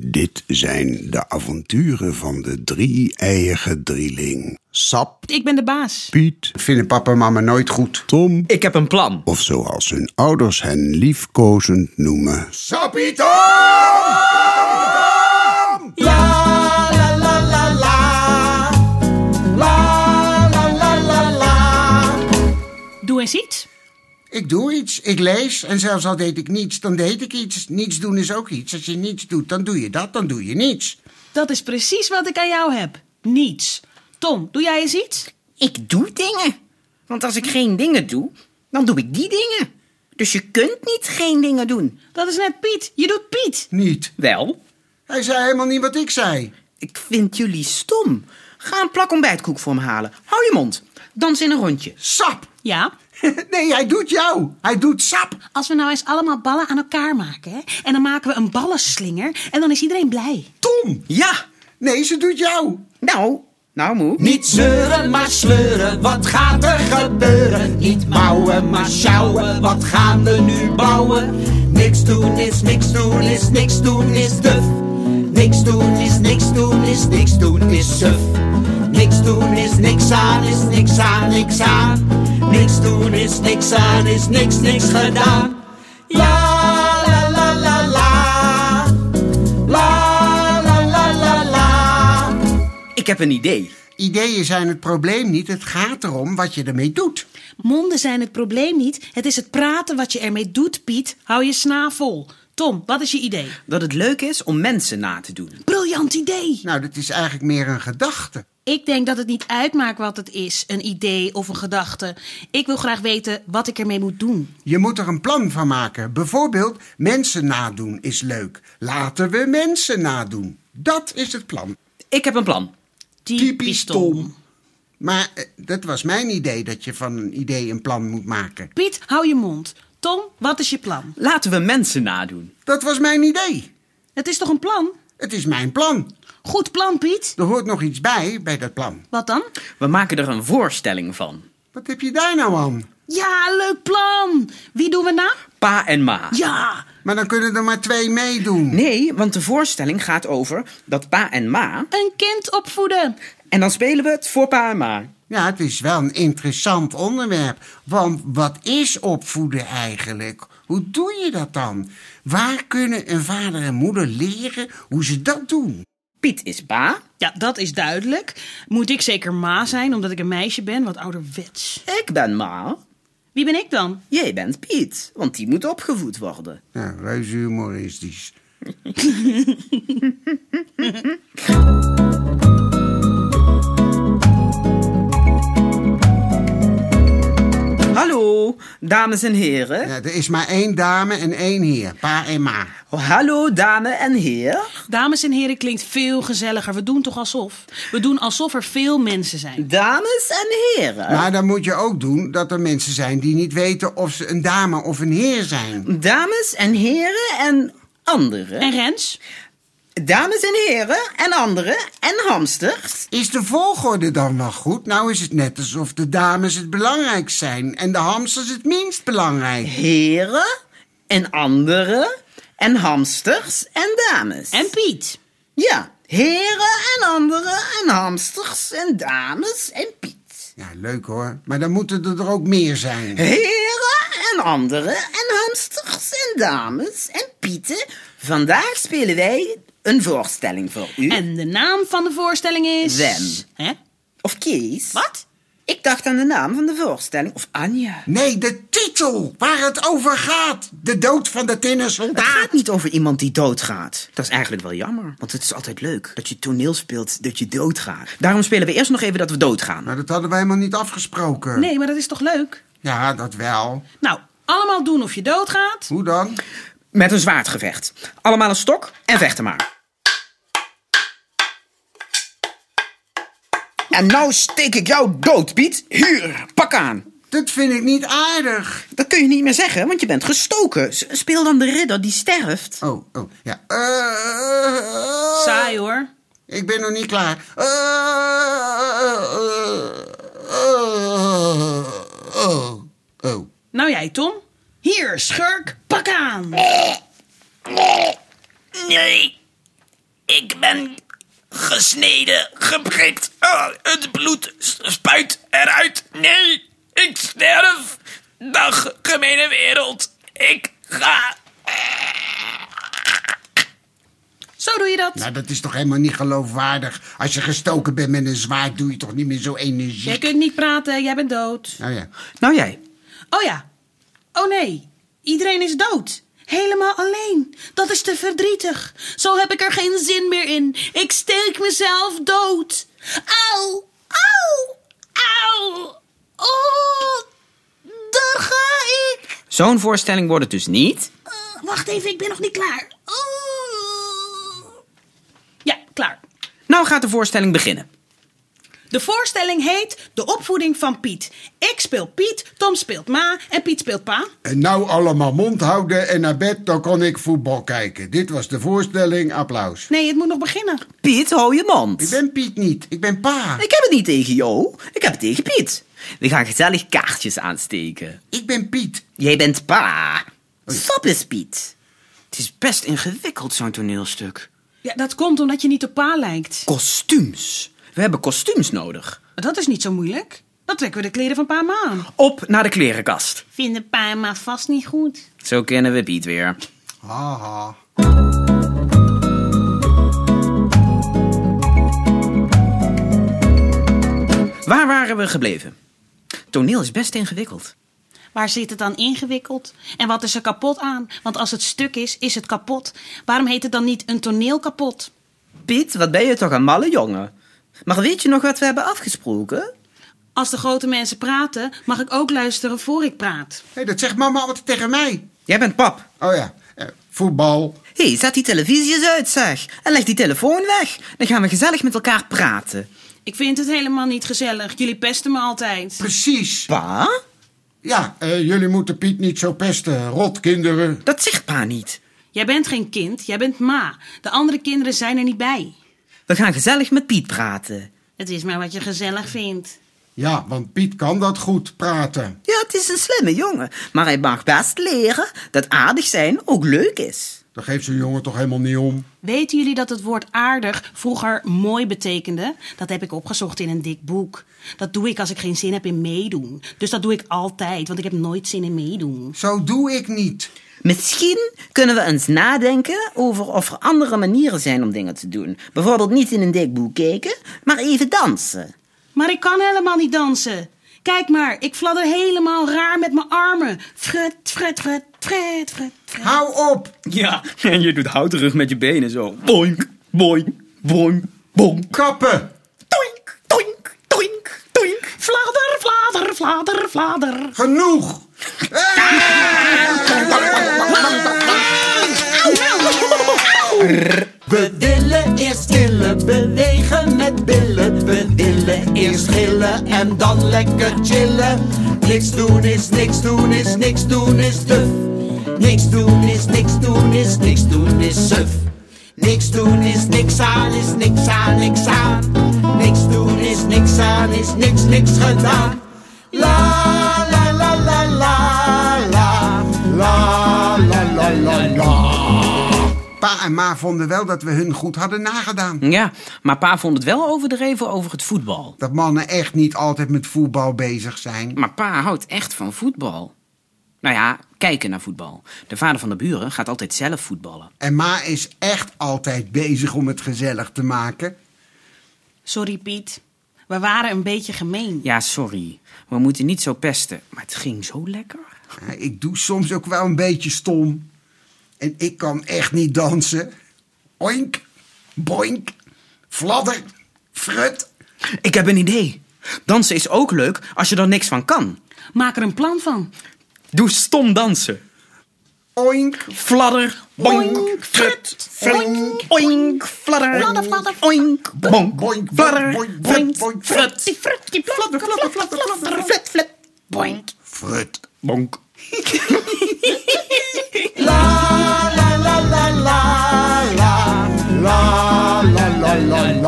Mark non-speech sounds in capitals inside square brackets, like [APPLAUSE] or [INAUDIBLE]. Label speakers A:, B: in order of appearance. A: Dit zijn de avonturen van de drie-eiige drieling. Sap,
B: Ik ben de baas.
A: Piet, vinden papa en mama nooit goed. Tom,
C: Ik heb een plan.
A: of zoals hun ouders hen liefkozend noemen. Sapito!
B: Doe eens iets.
D: Ik doe iets, ik lees en zelfs al deed ik niets, dan deed ik iets. Niets doen is ook iets. Als je niets doet, dan doe je dat, dan doe je niets.
B: Dat is precies wat ik aan jou heb. Niets. Tom, doe jij eens iets?
E: Ik doe dingen. Want als ik geen dingen doe, dan doe ik die dingen. Dus je kunt niet geen dingen doen.
B: Dat is net Piet. Je doet Piet.
D: Niet.
C: Wel,
D: Hij zei helemaal niet wat ik zei.
E: Ik vind jullie stom. Ga een plak ontbijtkoek voor me halen. Hou je mond. Dans in een rondje.
D: Sap!
B: Ja.
D: [LAUGHS] nee, hij doet jou. Hij doet sap.
B: Als we nou eens allemaal ballen aan elkaar maken, hè? En dan maken we een ballenslinger en dan is iedereen blij.
D: Tom!
E: Ja.
D: Nee, ze doet jou.
E: Nou, nou moe.
F: Niet zeuren, maar sleuren, wat gaat er gebeuren? Niet mouwen, maar sjouwen, wat gaan we nu bouwen? Niks doen is niks doen is niks doen is duf. Niks doen is niks doen is niks doen is suf. Niks doen is niks aan is niks aan niks aan. Niks doen is niks aan is niks niks gedaan. Ja, la la la la. La la la la la.
C: ik heb een idee.
D: Ideeën zijn het probleem niet. Het gaat erom wat je ermee doet.
B: Monden zijn het probleem niet. Het is het praten wat je ermee doet, Piet. Hou je snavel. Tom, wat is je idee?
C: Dat het leuk is om mensen na te doen.
B: Briljant idee.
D: Nou, dat is eigenlijk meer een gedachte.
B: Ik denk dat het niet uitmaakt wat het is, een idee of een gedachte. Ik wil graag weten wat ik ermee moet doen.
D: Je moet er een plan van maken. Bijvoorbeeld, mensen nadoen is leuk. Laten we mensen nadoen. Dat is het plan.
C: Ik heb een plan.
D: Typisch Tom. Maar eh, dat was mijn idee, dat je van een idee een plan moet maken.
B: Piet, hou je mond. Tom, wat is je plan?
C: Laten we mensen nadoen.
D: Dat was mijn idee.
B: Het is toch een plan?
D: Het is mijn plan.
B: Goed plan, Piet.
D: Er hoort nog iets bij, bij dat plan.
B: Wat dan?
C: We maken er een voorstelling van.
D: Wat heb je daar nou aan?
B: Ja, leuk plan. Wie doen we na?
C: Pa en ma.
B: Ja.
D: Maar dan kunnen er maar twee meedoen.
E: Nee, want de voorstelling gaat over dat pa en ma.
B: Een kind opvoeden.
E: En dan spelen we het voor pa en ma.
D: Ja, het is wel een interessant onderwerp. Want wat is opvoeden eigenlijk? Hoe doe je dat dan? Waar kunnen een vader en moeder leren hoe ze dat doen?
E: Piet is pa.
B: Ja, dat is duidelijk. Moet ik zeker ma zijn, omdat ik een meisje ben, wat ouderwets.
E: Ik ben ma.
B: Wie ben ik dan?
E: Jij bent Piet, want die moet opgevoed worden.
D: Nou, reuze humoristisch.
E: Hallo, dames en heren.
D: Ja, er is maar één dame en één heer, pa en ma.
E: Hallo, dames en heren.
B: Dames en heren, klinkt veel gezelliger. We doen toch alsof? We doen alsof er veel mensen zijn.
E: Dames en heren.
D: Maar dan moet je ook doen dat er mensen zijn die niet weten of ze een dame of een heer zijn.
E: Dames en heren en anderen.
B: En Rens?
E: Dames en heren en anderen en hamsters.
D: Is de volgorde dan wel goed? Nou is het net alsof de dames het belangrijkst zijn en de hamsters het minst belangrijk.
E: Heren en anderen en hamsters en dames.
B: En Piet?
E: Ja, heren en anderen en hamsters en dames en Piet.
D: Ja, leuk hoor. Maar dan moeten er er ook meer zijn.
E: Heren en anderen en hamsters en dames en Pieten. Vandaag spelen wij een voorstelling voor u.
B: En de naam van de voorstelling is...
E: Wem.
B: Hè?
E: Of Kees.
B: Wat?
E: Ik dacht aan de naam van de voorstelling. Of Anja.
D: Nee, de titel waar het over gaat. De dood van de tinnen
E: Het
D: soldaat.
E: gaat niet over iemand die doodgaat. Dat is eigenlijk wel jammer. Want het is altijd leuk dat je toneel speelt dat je doodgaat. Daarom spelen we eerst nog even dat we doodgaan.
D: Maar dat hadden we helemaal niet afgesproken.
B: Nee, maar dat is toch leuk?
D: Ja, dat wel.
B: Nou, allemaal doen of je doodgaat.
D: Hoe dan?
E: Met een zwaardgevecht. Allemaal een stok en vechten maar. En nou steek ik jou dood, Piet. Hier, pak aan.
D: Dat vind ik niet aardig.
E: Dat kun je niet meer zeggen, want je bent gestoken. S- Speel dan de ridder die sterft.
D: Oh, oh, ja. Eh, eh, eh.
B: Saai hoor.
D: Ik ben nog niet klaar. Eh, eh, eh, eh, eh. Oh.
B: Nou jij, Tom. Hier, schurk, pak aan.
E: Nee.
G: Ik ben gesneden, geprikt. Ah, het bloed s- spuit eruit. Nee, ik sterf. Dag, gemene wereld. Ik ga.
B: Zo doe je dat.
D: Nou, dat is toch helemaal niet geloofwaardig. Als je gestoken bent met een zwaard, doe je toch niet meer zo
B: Jij
D: energiek.
B: kunt niet praten, jij bent dood.
D: Nou ja.
C: Nou jij.
B: Oh ja. Oh nee. Iedereen is dood. Helemaal alleen. Dat is te verdrietig. Zo heb ik er geen zin meer in. Ik steek mezelf dood. Au. Au. Au. Oh. Daar ga ik.
C: Zo'n voorstelling wordt het dus niet.
B: Eh, wacht even, ik ben nog niet klaar. Oh. Ja, klaar.
C: Nou gaat de voorstelling beginnen.
B: De voorstelling heet De opvoeding van Piet. Ik speel Piet, Tom speelt Ma en Piet speelt Pa.
D: En nou allemaal mond houden en naar bed, dan kan ik voetbal kijken. Dit was de voorstelling, applaus.
B: Nee, het moet nog beginnen.
E: Piet, hou je mond.
D: Ik ben Piet niet, ik ben pa.
E: Ik heb het niet tegen jou, ik heb het tegen Piet. We gaan gezellig kaartjes aansteken.
D: Ik ben Piet.
E: Jij bent pa. Sap is Piet.
C: Het is best ingewikkeld, zo'n toneelstuk.
B: Ja, dat komt omdat je niet op Pa lijkt.
C: Kostuums. We hebben kostuums nodig.
B: Dat is niet zo moeilijk. Dan trekken we de kleren van Pa en Ma aan.
C: Op naar de klerenkast.
B: Vinden Pa en Ma vast niet goed.
C: Zo kennen we Piet weer.
D: Haha.
C: Waar waren we gebleven? Toneel is best ingewikkeld.
B: Waar zit het dan ingewikkeld? En wat is er kapot aan? Want als het stuk is, is het kapot. Waarom heet het dan niet een toneel kapot?
E: Piet, wat ben je toch een malle jongen. Maar weet je nog wat we hebben afgesproken?
B: Als de grote mensen praten, mag ik ook luisteren voor ik praat.
D: Hé, dat zegt mama altijd tegen mij.
E: Jij bent pap.
D: Oh ja, eh, voetbal.
E: Hé, hey, zet die televisie eens uit, zeg. En leg die telefoon weg. Dan gaan we gezellig met elkaar praten.
B: Ik vind het helemaal niet gezellig. Jullie pesten me altijd.
D: Precies.
E: Pa?
D: Ja, eh, jullie moeten Piet niet zo pesten, rot kinderen.
E: Dat zegt pa niet.
B: Jij bent geen kind, jij bent ma. De andere kinderen zijn er niet bij.
E: We gaan gezellig met Piet praten.
B: Het is maar wat je gezellig vindt.
D: Ja, want Piet kan dat goed praten.
E: Ja, het is een slimme jongen. Maar hij mag best leren dat aardig zijn ook leuk is.
D: Daar geeft zo'n jongen toch helemaal niet om.
B: Weten jullie dat het woord aardig vroeger mooi betekende? Dat heb ik opgezocht in een dik boek. Dat doe ik als ik geen zin heb in meedoen. Dus dat doe ik altijd, want ik heb nooit zin in meedoen.
D: Zo doe ik niet.
E: Misschien kunnen we eens nadenken over of er andere manieren zijn om dingen te doen. Bijvoorbeeld niet in een dik boek kijken, maar even dansen.
B: Maar ik kan helemaal niet dansen. Kijk maar, ik fladder helemaal raar met mijn armen. Fret, fret, fret, fret, fret, fret.
D: Hou op.
C: Ja, en je doet houterug met je benen zo. Boink, boink, boink, boink.
D: Kappen.
B: Toink, toink, toink, toink. Fladder, fladder, fladder, fladder.
D: Genoeg.
F: We willen eerst killen, bewegen met billen. We willen eerst gillen en dan lekker chillen. Niks doen is niks doen is niks doen is duf. Niks doen is niks doen is niks doen is suf. Niks doen is niks aan is niks aan niks aan. Niks doen is niks aan is niks niks gedaan. La la la la la la la la la la la.
D: Pa en ma vonden wel dat we hun goed hadden nagedaan.
C: Ja, maar pa vond het wel overdreven over het voetbal.
D: Dat mannen echt niet altijd met voetbal bezig zijn.
C: Maar pa houdt echt van voetbal. Nou ja, kijken naar voetbal. De vader van de buren gaat altijd zelf voetballen.
D: En ma is echt altijd bezig om het gezellig te maken.
B: Sorry Piet, we waren een beetje gemeen.
C: Ja, sorry. We moeten niet zo pesten. Maar het ging zo lekker.
D: Ja, Ik doe soms ook wel een beetje stom. En ik kan echt niet dansen. Oink, boink, fladder, frut.
C: Ik heb een idee. Dansen is ook leuk als je er niks van kan.
B: Maak er een plan van.
C: Doe stom dansen.
D: Oink,
C: Fladder, boink, frut, flink, oink, fladder,
B: Fladder, fladder,
C: oink, bonk,
D: boink,
C: fladder,
D: boink, boink,
C: flint,
D: boink,
C: frut,
B: Fladder, fladder, fladder, fladder, fladder.
D: frut.
C: bonk.
F: La la la la la la la la la la